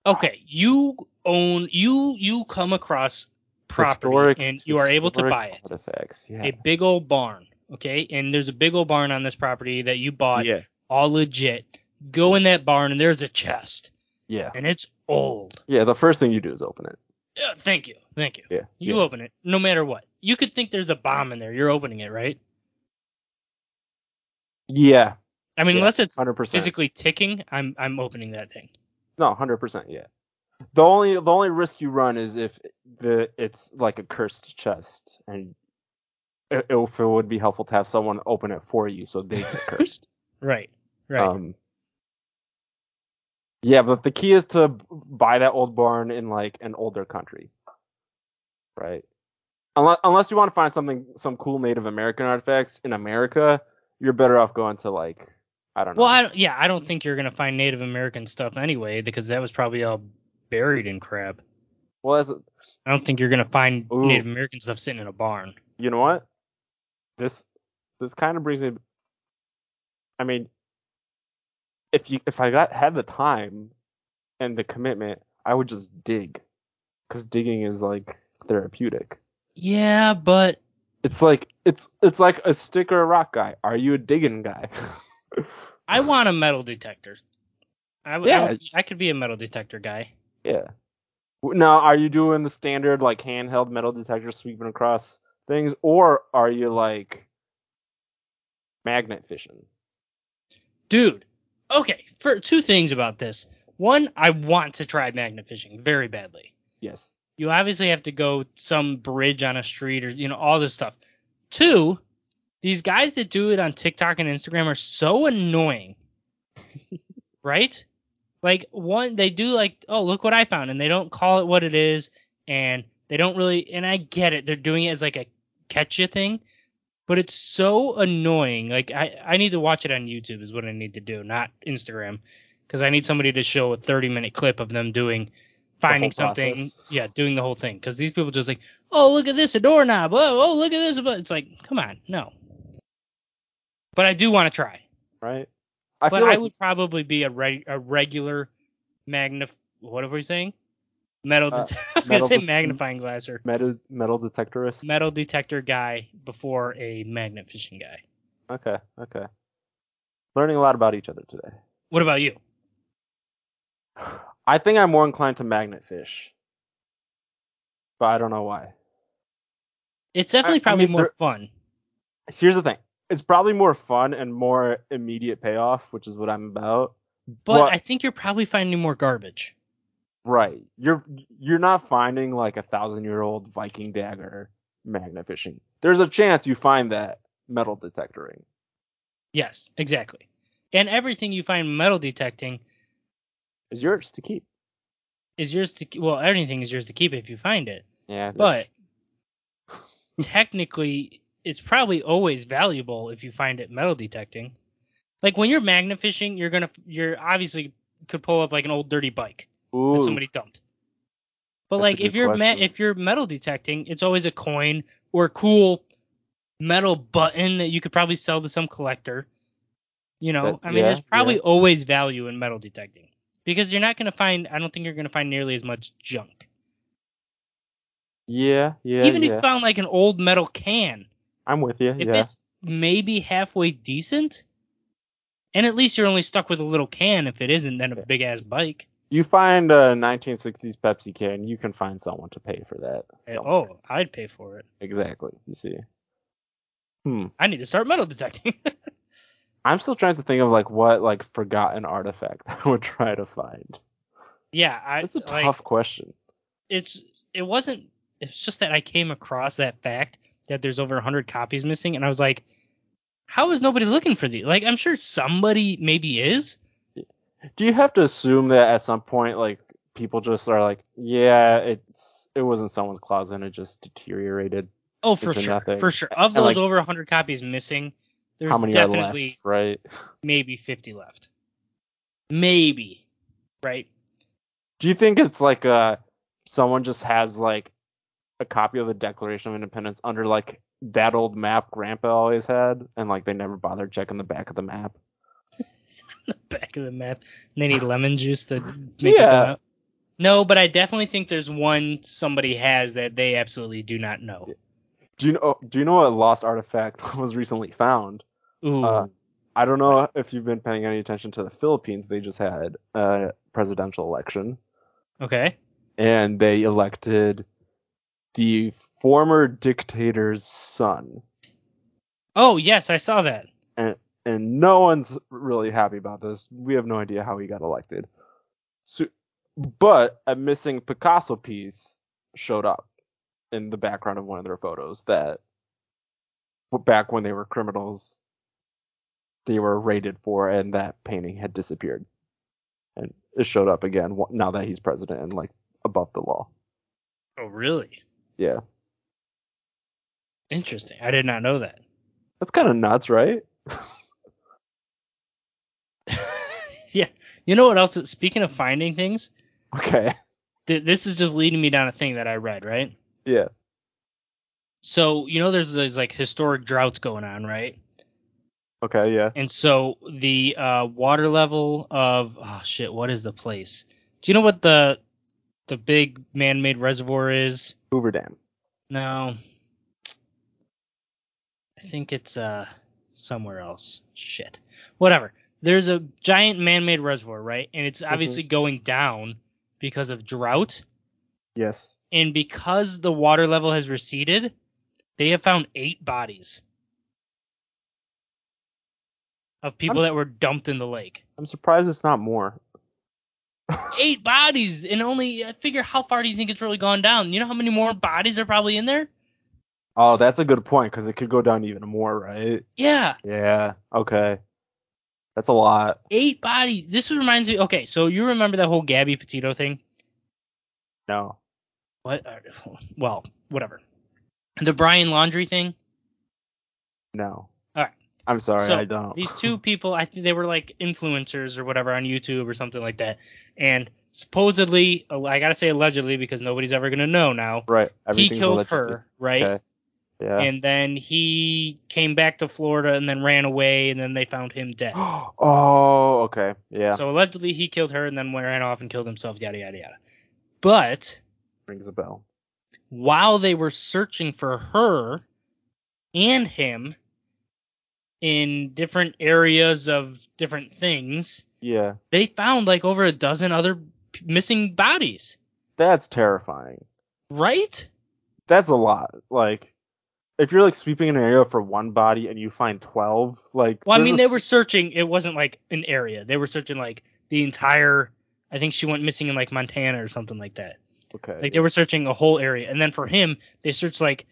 Speaker 2: Okay, you own you you come across property
Speaker 1: historic-
Speaker 2: and you are able to
Speaker 1: historic
Speaker 2: buy it.
Speaker 1: Artifacts. Yeah.
Speaker 2: A big old barn, okay? And there's a big old barn on this property that you bought,
Speaker 1: yeah.
Speaker 2: all legit. Go in that barn and there's a chest,
Speaker 1: Yeah.
Speaker 2: and it's old.
Speaker 1: Yeah. The first thing you do is open it.
Speaker 2: Yeah, thank you. Thank you.
Speaker 1: Yeah.
Speaker 2: You
Speaker 1: yeah.
Speaker 2: open it, no matter what. You could think there's a bomb in there. You're opening it, right?
Speaker 1: Yeah.
Speaker 2: I mean,
Speaker 1: Yeah,
Speaker 2: unless it's
Speaker 1: Hundred percent.
Speaker 2: physically ticking, I'm I'm opening that thing.
Speaker 1: No, hundred percent, yeah. The only the only risk you run is if the it's like a cursed chest, and it, if it would be helpful to have someone open it for you so they
Speaker 2: <laughs>
Speaker 1: get cursed.
Speaker 2: Right. Right.
Speaker 1: Um, yeah, but the key is to b- buy that old barn in like an older country, right? Unless unless you want to find something some cool Native American artifacts in America, you're better off going to like I don't know.
Speaker 2: well, I don't, yeah, I don't think you're gonna find Native American stuff anyway because that was probably all buried in crap.
Speaker 1: well that's,
Speaker 2: I don't think you're gonna find
Speaker 1: Ooh.
Speaker 2: Native American stuff sitting in a barn.
Speaker 1: you know what? This this kind of brings me. I mean, if you if I got had the time and the commitment, I would just dig, because digging is like therapeutic.
Speaker 2: Yeah, but
Speaker 1: It's like it's it's like a stick or a rock guy. Are you a digging guy? <laughs> <sighs>
Speaker 2: I want a metal detector. I would, I,
Speaker 1: Yeah.
Speaker 2: would- I could be a metal detector guy.
Speaker 1: yeah. Now, are you doing the standard like handheld metal detector sweeping across things, or are you like magnet fishing?
Speaker 2: Dude, okay, for two things about this. One, I want to try magnet fishing very badly.
Speaker 1: Yes.
Speaker 2: You obviously have to go some bridge on a street or you know all this stuff. Two, these guys that do it on TikTok and Instagram are so annoying. right? Like one they do like, "Oh, look what I found." And they don't call it what it is and they don't really and I get it. They're doing it as like a catch you thing, but it's so annoying. Like I I need to watch it on YouTube is what I need to do, not Instagram, cuz I need somebody to show a 30-minute clip of them doing finding
Speaker 1: whole
Speaker 2: something,
Speaker 1: process.
Speaker 2: yeah, doing the whole thing cuz these people just like, "Oh, look at this a doorknob. Oh, oh, look at this." But it's like, "Come on, no." But I do want to try
Speaker 1: Right. I
Speaker 2: but I would probably be a, reg- a regular magnif. What were we saying? Metal.
Speaker 1: Uh,
Speaker 2: Det- <laughs> I was
Speaker 1: metal
Speaker 2: gonna say
Speaker 1: det-
Speaker 2: magnifying glass or
Speaker 1: metal metal detectorist.
Speaker 2: metal detector guy before a magnet fishing guy.
Speaker 1: okay, okay. Learning a lot about each other today. <sighs>
Speaker 2: What about you?
Speaker 1: I think I'm more inclined to magnet fish, but I don't know why.
Speaker 2: It's
Speaker 1: I- I
Speaker 2: definitely probably
Speaker 1: mean,
Speaker 2: more
Speaker 1: there-
Speaker 2: fun.
Speaker 1: Here's the thing: it's probably more fun and more immediate payoff, which is what I'm about.
Speaker 2: But
Speaker 1: well-
Speaker 2: I think you're probably finding more garbage.
Speaker 1: Right? You're you're not finding like a thousand year old Viking dagger magnet fishing. There's a chance you find that metal detectoring.
Speaker 2: Yes, exactly. And everything you find metal detecting
Speaker 1: Is yours to keep.
Speaker 2: is yours to well anything is yours to keep if you find it.
Speaker 1: Yeah.
Speaker 2: But technically, it's probably always valuable if you find it metal detecting. Like when you're magnet fishing, you're gonna you're obviously could pull up like an old dirty bike that
Speaker 1: Ooh,
Speaker 2: somebody dumped. But
Speaker 1: That's a
Speaker 2: like
Speaker 1: good
Speaker 2: if you're me-
Speaker 1: question.
Speaker 2: if you're metal detecting, it's always a coin or a cool metal button that you could probably sell to some collector. You know,
Speaker 1: That-
Speaker 2: I mean,
Speaker 1: yeah,
Speaker 2: there's probably
Speaker 1: yeah.
Speaker 2: always value in metal detecting because you're not gonna find. I don't think you're gonna find nearly as much junk.
Speaker 1: yeah, yeah,
Speaker 2: Even if
Speaker 1: yeah.
Speaker 2: you found like an old metal can,
Speaker 1: I'm with you.
Speaker 2: if
Speaker 1: yeah.
Speaker 2: it's maybe halfway decent, and at least you're only stuck with a little can if it isn't then a
Speaker 1: Yeah.
Speaker 2: big ass bike.
Speaker 1: You find a 1960s Pepsi can, you can find someone to pay for that. So,
Speaker 2: Oh, I'd pay for it.
Speaker 1: Exactly. You see. Hmm.
Speaker 2: I need to start metal detecting. <laughs>
Speaker 1: I'm still trying to think of like what like forgotten artifact <laughs> I would try to find.
Speaker 2: Yeah, I,
Speaker 1: That's a
Speaker 2: like,
Speaker 1: tough question.
Speaker 2: It's it wasn't. It's just that I came across that fact that there's over 100 copies missing, and I was like, how is nobody looking for these? Like, I'm sure somebody maybe is.
Speaker 1: Do you have to assume that at some point like people just are like, yeah, it's it wasn't someone's closet and it just deteriorated.
Speaker 2: Oh, for
Speaker 1: Into
Speaker 2: sure,
Speaker 1: nothing.
Speaker 2: for sure. Of
Speaker 1: And,
Speaker 2: those
Speaker 1: like,
Speaker 2: over 100 copies missing, there's
Speaker 1: How many are left?
Speaker 2: definitely
Speaker 1: Right.
Speaker 2: maybe 50 left. Maybe, right?
Speaker 1: Do you think it's like uh someone just has like a copy of the Declaration of Independence under like that old map grandpa always had and like they never bothered checking the back of the map?
Speaker 2: back of the map. And
Speaker 1: <sighs>
Speaker 2: they need lemon juice to make it
Speaker 1: Yeah.
Speaker 2: come out. No, but I definitely think there's one somebody has that they absolutely do not know.
Speaker 1: Do you know do you know what lost artifact <laughs> was recently found?
Speaker 2: Ooh.
Speaker 1: Uh, I don't know if you've been paying any attention to the Philippines. They just had a presidential election
Speaker 2: okay.
Speaker 1: and they elected the former dictator's son.
Speaker 2: Oh yes, I saw that.
Speaker 1: And no one's really happy about this. We have no idea how he got elected. So, but a missing Picasso piece showed up in the background of one of their photos that back when they were criminals, they were raided for, and that painting had disappeared. And it showed up again wh- now that he's president and like above the law.
Speaker 2: Oh really?
Speaker 1: Yeah.
Speaker 2: Interesting. I did not know that. <laughs>
Speaker 1: That's kind of nuts, right? <laughs>
Speaker 2: yeah. You know what else? is- Speaking of finding things,
Speaker 1: Okay.
Speaker 2: th- this is just leading me down a thing that I read. Right.
Speaker 1: Yeah.
Speaker 2: So you know there's these like historic droughts going on, right?
Speaker 1: Okay. Yeah.
Speaker 2: And so the uh, water level of oh shit, what is the place? Do you know what the the big man-made reservoir is?
Speaker 1: Hoover Dam.
Speaker 2: No, I think it's uh somewhere else. Shit, whatever. There's a giant man-made reservoir, right? And it's obviously going down because of drought,
Speaker 1: Yes.
Speaker 2: and because the water level has receded, they have found eight bodies of people that were dumped in the lake.
Speaker 1: I'm surprised it's not more.
Speaker 2: eight bodies and only I figure how far do you think it's really gone down? You know how many more bodies are probably in there?
Speaker 1: Oh, that's a good point because it could go down even more, right?
Speaker 2: Yeah,
Speaker 1: Yeah. Okay. That's a lot.
Speaker 2: eight bodies. This reminds me. Okay, so you remember that whole Gabby Petito thing?
Speaker 1: No.
Speaker 2: What? <laughs> are- Well, whatever. The Brian Laundry thing.
Speaker 1: No.
Speaker 2: Alright.
Speaker 1: I'm sorry,
Speaker 2: So,
Speaker 1: I don't.
Speaker 2: These two people, I think they were like influencers or whatever on YouTube or something like that. And supposedly, I gotta say allegedly because nobody's ever gonna know now.
Speaker 1: <laughs> Right.
Speaker 2: He
Speaker 1: everything's
Speaker 2: killed
Speaker 1: allegedly-
Speaker 2: her,
Speaker 1: <laughs>
Speaker 2: right?
Speaker 1: Okay. Yeah.
Speaker 2: And then he came back to Florida and then ran away and then they found him dead.
Speaker 1: <gasps> oh, okay. <gasps> Yeah.
Speaker 2: So allegedly he killed her and then went ran off and killed himself, yada yada yada. But
Speaker 1: Rings a bell.
Speaker 2: while they were searching for her and him in different areas of different things,
Speaker 1: Yeah.
Speaker 2: they found like over a dozen other p- missing bodies,
Speaker 1: That's terrifying.
Speaker 2: right?
Speaker 1: That's a lot. Like, if you're like sweeping an area for one body and you find 12, like.
Speaker 2: Well, I
Speaker 1: there's
Speaker 2: mean,
Speaker 1: a
Speaker 2: they
Speaker 1: s-
Speaker 2: were searching. It wasn't like an area. They were searching like the entire. I think she went missing in like Montana or something like that.
Speaker 1: Okay.
Speaker 2: Like they were searching a whole area, and then for him, they searched like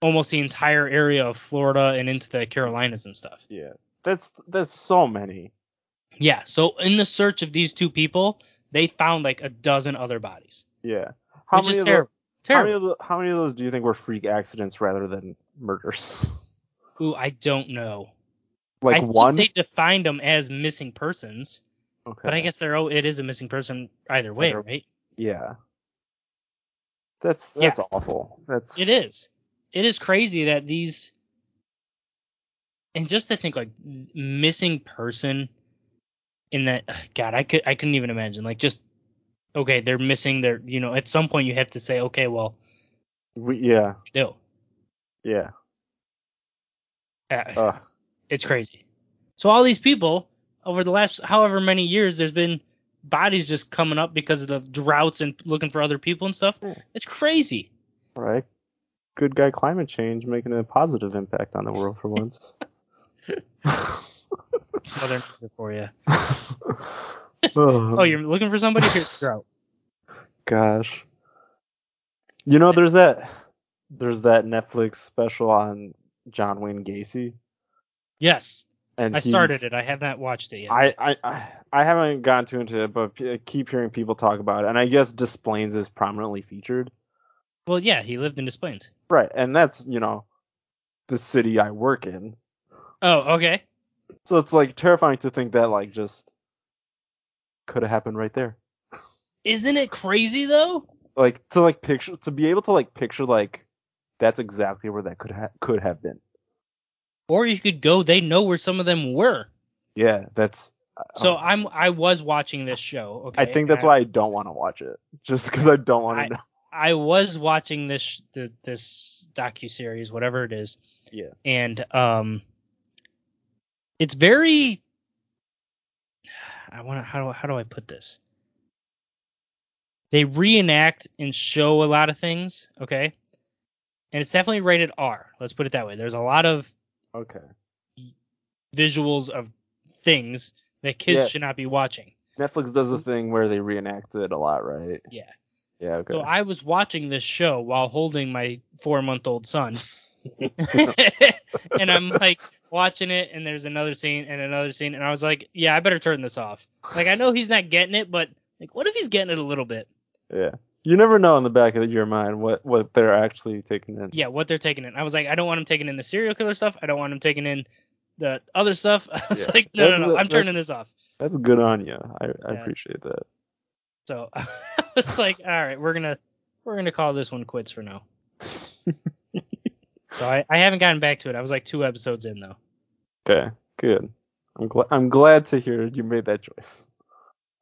Speaker 2: almost the entire area of Florida and into the Carolinas and stuff.
Speaker 1: yeah. That's that's so many.
Speaker 2: Yeah. So in the search of these two people, They found like a dozen other bodies,
Speaker 1: Yeah. How
Speaker 2: which
Speaker 1: many,
Speaker 2: is
Speaker 1: of the,
Speaker 2: terrible.
Speaker 1: how,
Speaker 2: terrible.
Speaker 1: many of the, how many of those do you think were freak accidents rather than murders? <laughs>
Speaker 2: Ooh, I don't know. I
Speaker 1: like
Speaker 2: think
Speaker 1: one?
Speaker 2: they defined them as missing persons,
Speaker 1: okay.
Speaker 2: but I guess they're oh, it is a missing person either way,
Speaker 1: Either-
Speaker 2: right?
Speaker 1: Yeah. That's
Speaker 2: Yeah.
Speaker 1: that's awful. That's
Speaker 2: It is. It is crazy that these and just to think like m- missing person in that ugh, god, I could I couldn't even imagine. Like just okay, they're missing their you know, at some point you have to say, okay, well,
Speaker 1: we, yeah,
Speaker 2: no.
Speaker 1: yeah.
Speaker 2: Uh,
Speaker 1: Uh,
Speaker 2: it's crazy. So all these people over the last however many years there's been bodies just coming up because of the droughts and looking for other people and stuff.
Speaker 1: Yeah.
Speaker 2: It's crazy.
Speaker 1: all right. Good guy climate change making a positive impact on the world for
Speaker 2: <laughs>
Speaker 1: once. <laughs>
Speaker 2: Mother nature for you.
Speaker 1: oh,
Speaker 2: Oh, you're looking for somebody?
Speaker 1: <laughs>
Speaker 2: Here's a drought.
Speaker 1: gosh. You know, there's that there's that Netflix special on John Wayne Gacy,
Speaker 2: Yes.
Speaker 1: and
Speaker 2: I started
Speaker 1: he's-
Speaker 2: it. I have not watched it yet.
Speaker 1: I, I- I I haven't gone too into it, but I keep hearing people talk about it, and I guess Des Plaines is prominently featured.
Speaker 2: well, yeah, he lived in Des Plaines.
Speaker 1: Right, and that's you know, the city I work in.
Speaker 2: Oh, okay.
Speaker 1: So it's like terrifying to think that like just could have happened right there.
Speaker 2: Isn't it crazy though?
Speaker 1: Like to like picture to be able to like picture like that's exactly where that could ha- could have been.
Speaker 2: Or you could go. They know where some of them were.
Speaker 1: Yeah, that's.
Speaker 2: So
Speaker 1: oh,
Speaker 2: I'm. I was watching this show. Okay.
Speaker 1: I think that's why I don't want to watch it, just because I don't want
Speaker 2: I-
Speaker 1: to know.
Speaker 2: I was watching this sh- th- this docu series, whatever it is.
Speaker 1: Yeah.
Speaker 2: And um, it's very. I want to. How do I- how do I put this? They reenact and show a lot of things. Okay. And it's definitely rated R. Let's put it that way. There's a lot of
Speaker 1: Okay.
Speaker 2: visuals of things that kids
Speaker 1: Yeah.
Speaker 2: should not be watching.
Speaker 1: Netflix does a thing where they reenact it a lot, right?
Speaker 2: Yeah.
Speaker 1: Yeah. Okay.
Speaker 2: So I was watching this show while holding my four month
Speaker 1: <laughs>
Speaker 2: old son. <laughs> and I'm like watching it, and there's another scene and another scene. And I was like, yeah, I better turn this off. Like, I know he's not getting it, but like, what if he's getting it a little bit?
Speaker 1: Yeah. You never know in the back of your mind what what they're actually taking in.
Speaker 2: Yeah, what they're taking in. I was like, I don't want him taking in the serial killer stuff. I don't want him taking in the other stuff. <laughs> I was
Speaker 1: Yeah.
Speaker 2: like, no,
Speaker 1: That's
Speaker 2: no,
Speaker 1: the-
Speaker 2: no, I'm
Speaker 1: that's-
Speaker 2: turning this off.
Speaker 1: That's good on you. I, I
Speaker 2: Yeah.
Speaker 1: appreciate that.
Speaker 2: So <laughs> I was like, all right, we're gonna we're gonna call this one quits
Speaker 1: <laughs>
Speaker 2: for now. so I, I haven't gotten back to it. I was like two episodes in though.
Speaker 1: Okay. Good. I'm glad I'm glad to hear you made that choice.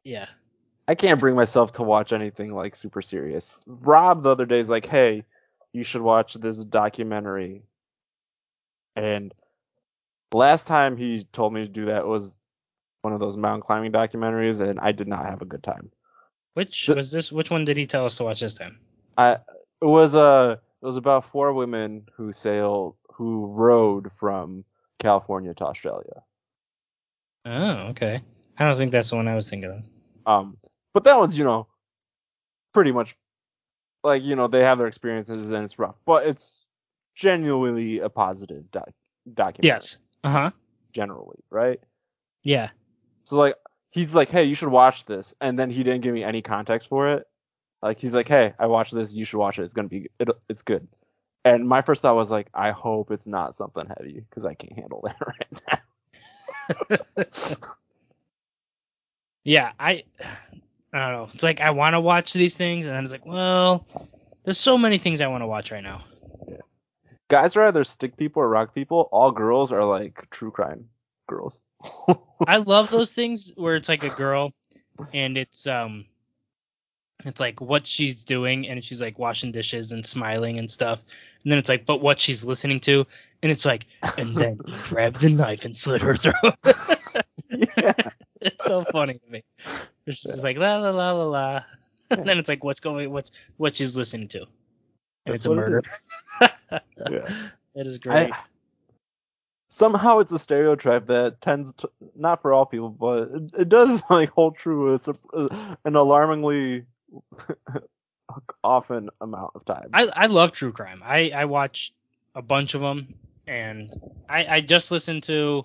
Speaker 2: Yeah.
Speaker 1: I can't bring myself to watch anything like super serious. Rob the other day is like, "Hey, you should watch this documentary." And last time he told me to do that was one of those mountain climbing documentaries, and I did not have a good time.
Speaker 2: Which
Speaker 1: The-
Speaker 2: was this? Which one did he tell us to watch this time?
Speaker 1: I it was uh it was about four women who sail who rode from California to Australia.
Speaker 2: Oh, okay. I don't think that's the one I was thinking of.
Speaker 1: Um, but that one's you know pretty much like you know they have their experiences and it's rough, but it's genuinely a positive doc- document.
Speaker 2: Yes. Uh huh.
Speaker 1: Generally, right?
Speaker 2: Yeah.
Speaker 1: So like he's like, hey, you should watch this, and then he didn't give me any context for it. Like he's like, hey, I watched this, you should watch it. It's gonna be it, it's good. And my first thought was like, I hope it's not something heavy because I can't handle <laughs> that right now.
Speaker 2: <laughs> Yeah. I. <sighs> I don't know. It's like I want to watch these things, and then it's like, well, there's so many things I want to watch right now.
Speaker 1: Guys are either stick people or rock people. All girls are like true crime girls. <laughs>
Speaker 2: I love those things where it's like a girl and it's um it's like what she's doing and she's like washing dishes and smiling and stuff. And then it's like but what she's listening to and it's like and then he grabbed the knife and slit her throat. <laughs>
Speaker 1: yeah.
Speaker 2: it's so funny to me. It's just like la la la la la. And then it's like what's going what's what she's listening to. And
Speaker 1: That's
Speaker 2: it's a
Speaker 1: what it
Speaker 2: murder.
Speaker 1: is.
Speaker 2: <laughs>
Speaker 1: Yeah.
Speaker 2: That is great.
Speaker 1: I- somehow it's a stereotype that tends to not for all people, but it, it does <laughs> like hold true a, sup- uh, an alarmingly <laughs> often amount of time.
Speaker 2: I, I love true crime. I, I watch a bunch of them, and I, I just listened to.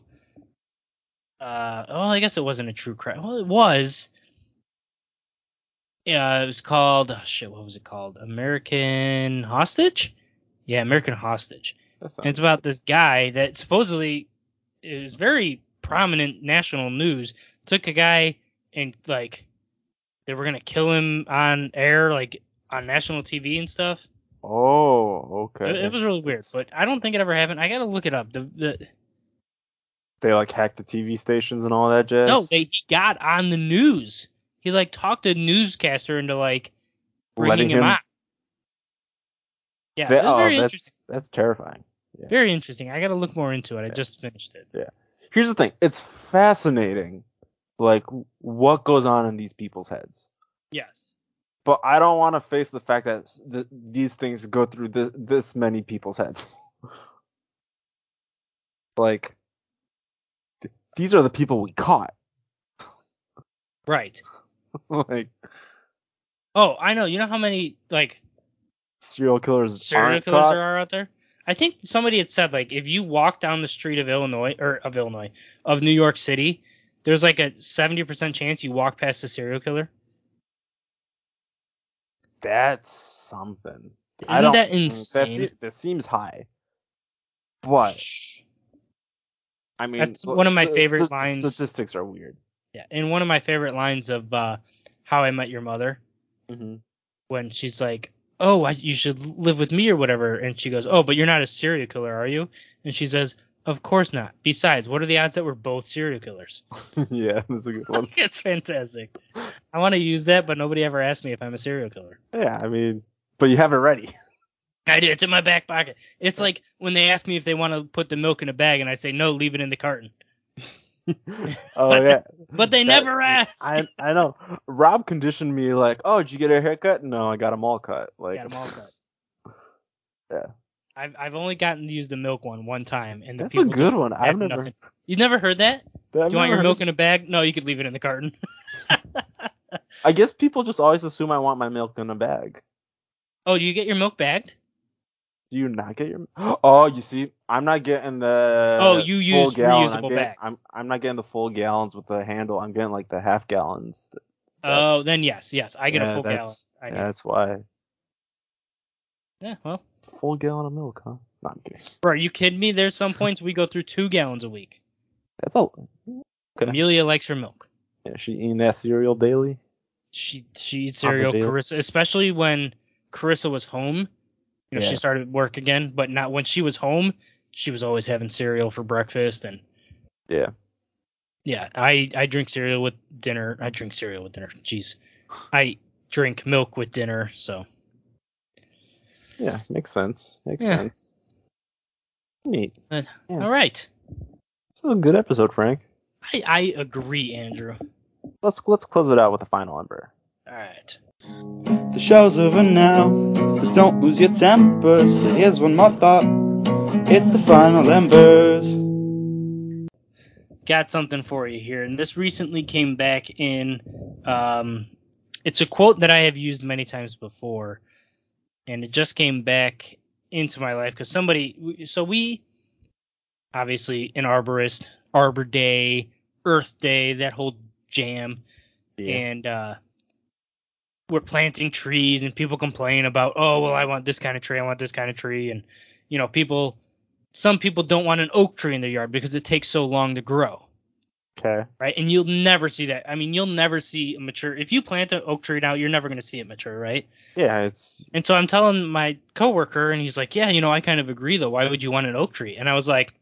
Speaker 2: Uh, oh, I guess it wasn't a true crime. Well, it was. Yeah, it was called oh shit. What was it called? American Hostage. Yeah, American Hostage.
Speaker 1: That
Speaker 2: And it's
Speaker 1: sounds,
Speaker 2: about this guy that supposedly is very prominent national news. Took a guy and like they were gonna kill him on air, like on national TV and stuff.
Speaker 1: oh, okay.
Speaker 2: It, it was really weird,
Speaker 1: It's-
Speaker 2: but I don't think it ever happened. I gotta look it up. The, the
Speaker 1: they like hacked the TV stations and all that jazz.
Speaker 2: no, they, he got on the news. He like talked a newscaster into like bringing
Speaker 1: Letting
Speaker 2: him,
Speaker 1: him-
Speaker 2: on. Yeah,
Speaker 1: They-
Speaker 2: it was
Speaker 1: oh,
Speaker 2: very interesting.
Speaker 1: that's that's terrifying.
Speaker 2: Very interesting. I gotta look more into it. I
Speaker 1: Yeah.
Speaker 2: just finished it.
Speaker 1: here's the thing it's fascinating like what goes on in these people's heads
Speaker 2: Yes.
Speaker 1: but i don't want to face the fact that s- th- these things go through this, this many people's heads <laughs> like th- these are the people we caught <laughs>
Speaker 2: Right.
Speaker 1: like
Speaker 2: Oh, I know. You know how many like
Speaker 1: serial killers
Speaker 2: serial
Speaker 1: aren't
Speaker 2: killers
Speaker 1: caught?
Speaker 2: there are out there? I think somebody had said like if you walk down the street of Illinois or of Illinois of New York City, there's like a seventy percent chance you walk past a serial killer.
Speaker 1: that's something I
Speaker 2: Isn't
Speaker 1: don't-
Speaker 2: that
Speaker 1: that,
Speaker 2: insane?
Speaker 1: se- that seems high but i mean
Speaker 2: That's one of my
Speaker 1: st-
Speaker 2: favorite
Speaker 1: st-
Speaker 2: lines.
Speaker 1: statistics are weird
Speaker 2: Yeah. And one of my favorite lines of uh, How I Met Your Mother
Speaker 1: mm-hmm. <laughs>
Speaker 2: when she's like, "Oh, I, you should live with me or whatever," and she goes, "Oh, but you're not a serial killer, are you?" And she says, "Of course not. Besides, what are the odds that we're both serial killers?"
Speaker 1: yeah that's a good one
Speaker 2: <laughs> it's fantastic. I want to use that, but nobody ever asked me if I'm a serial killer.
Speaker 1: Yeah, I mean, but you have it ready. <laughs>
Speaker 2: I do. It's in my back pocket. It's like when they ask me if they want to put the milk in a bag, and I say no, leave it in the carton. <laughs>
Speaker 1: oh yeah.
Speaker 2: But they
Speaker 1: That-
Speaker 2: never ask.
Speaker 1: I I know. Rob conditioned me like, oh, did you get a haircut? No, I got them all cut. Like,
Speaker 2: Got 'em all cut.
Speaker 1: Yeah.
Speaker 2: I've I've only gotten to use the milk one one time, and the
Speaker 1: that's a
Speaker 2: people
Speaker 1: good
Speaker 2: just
Speaker 1: one.
Speaker 2: had
Speaker 1: I've never.
Speaker 2: nothing. You've never heard that?
Speaker 1: I've
Speaker 2: do you want your
Speaker 1: never-
Speaker 2: milk in a bag? No, you could leave it in the carton. <laughs>
Speaker 1: I guess people just always assume I want my milk in a bag.
Speaker 2: Oh, do you get your milk bagged?
Speaker 1: Do you not get your? <gasps> Oh, you see, I'm not getting the.
Speaker 2: Oh, you
Speaker 1: full
Speaker 2: use
Speaker 1: gallon. I'm
Speaker 2: reusable
Speaker 1: getting-
Speaker 2: bags.
Speaker 1: I'm I'm not getting the full gallons with the handle. I'm getting like the half gallons.
Speaker 2: Oh, then yes, yes, I get
Speaker 1: Yeah,
Speaker 2: a full gallon.
Speaker 1: that's-
Speaker 2: I
Speaker 1: yeah,
Speaker 2: yeah.
Speaker 1: that's why
Speaker 2: yeah, well,
Speaker 1: full gallon of milk, huh? No, I'm kidding.
Speaker 2: bro, are you kidding me? There's some points we go through two gallons a week.
Speaker 1: That's all. Okay.
Speaker 2: Amelia likes her milk.
Speaker 1: Yeah, she eating that cereal daily.
Speaker 2: She she eats
Speaker 1: I'm a
Speaker 2: cereal.
Speaker 1: deal.
Speaker 2: Carissa, especially when Carissa was home, you know,
Speaker 1: Yeah.
Speaker 2: she started work again, but not when she was home. She was always having cereal for breakfast and
Speaker 1: Yeah.
Speaker 2: yeah, I I drink cereal with dinner. I drink cereal with dinner. Jeez, I drink milk with dinner. So
Speaker 1: Yeah, makes sense. Makes
Speaker 2: Yeah.
Speaker 1: sense. Neat. Yeah.
Speaker 2: all right,
Speaker 1: So a good episode, Frank.
Speaker 2: I I agree, Andrew.
Speaker 1: Let's let's close it out with the final ember.
Speaker 2: All right.
Speaker 3: The show's over now, but don't lose your tempers. So here's one more thought. It's the final embers.
Speaker 2: got something for you here, and this recently came back in. Um, it's a quote that I have used many times before, and it just came back into my life because somebody. So we, obviously, an arborist, Arbor Day, Earth Day, that whole jam and uh, we're planting trees and people complain about oh well i want this kind of tree i want this kind of tree and you know people some people don't want an oak tree in their yard because it takes so long to grow
Speaker 1: Okay.
Speaker 2: right and you'll never see that i mean you'll never see a mature if you plant an oak tree now you're never going to see it mature right
Speaker 1: Yeah, it's
Speaker 2: and so i'm telling my coworker and he's like yeah you know i kind of agree though why would you want an oak tree and i was like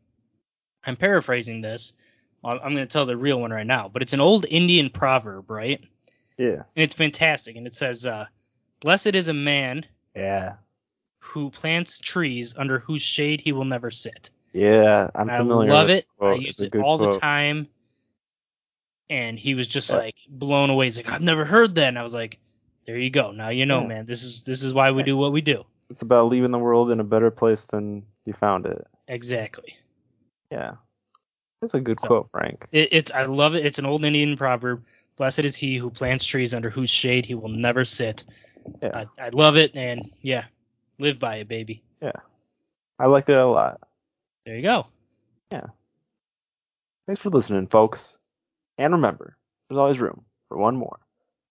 Speaker 2: i'm paraphrasing this Well, i'm going to tell the real one right now but it's an old indian proverb right
Speaker 1: yeah.
Speaker 2: and it's fantastic. And it says, uh, "Blessed is a man
Speaker 1: Yeah.
Speaker 2: who plants trees under whose shade he will never sit."
Speaker 1: Yeah, I'm
Speaker 2: I
Speaker 1: familiar.
Speaker 2: love
Speaker 1: with
Speaker 2: it.
Speaker 1: the quote.
Speaker 2: I
Speaker 1: It's
Speaker 2: use
Speaker 1: a
Speaker 2: it
Speaker 1: good
Speaker 2: all the
Speaker 1: quote.
Speaker 2: time. And he was just
Speaker 1: Yeah.
Speaker 2: like blown away. He's like, "I've never heard that." And I was like, "There you go. Now you know,
Speaker 1: Yeah.
Speaker 2: man. This is this is why we do what we do."
Speaker 1: It's about leaving the world in a better place than you found it.
Speaker 2: Exactly.
Speaker 1: Yeah. That's a good
Speaker 2: So-
Speaker 1: quote, Frank.
Speaker 2: It, it's I love it. It's an old Indian proverb. Blessed is he who plants trees under whose shade he will never sit.
Speaker 1: Yeah.
Speaker 2: I, I love it, and yeah, live by it, baby.
Speaker 1: I like it a lot.
Speaker 2: There you go.
Speaker 1: Thanks for listening, folks. And remember, there's always room for one more.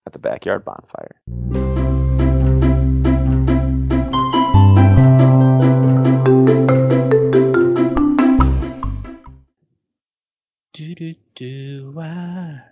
Speaker 1: at the backyard bonfire.
Speaker 2: Do do do. Ah.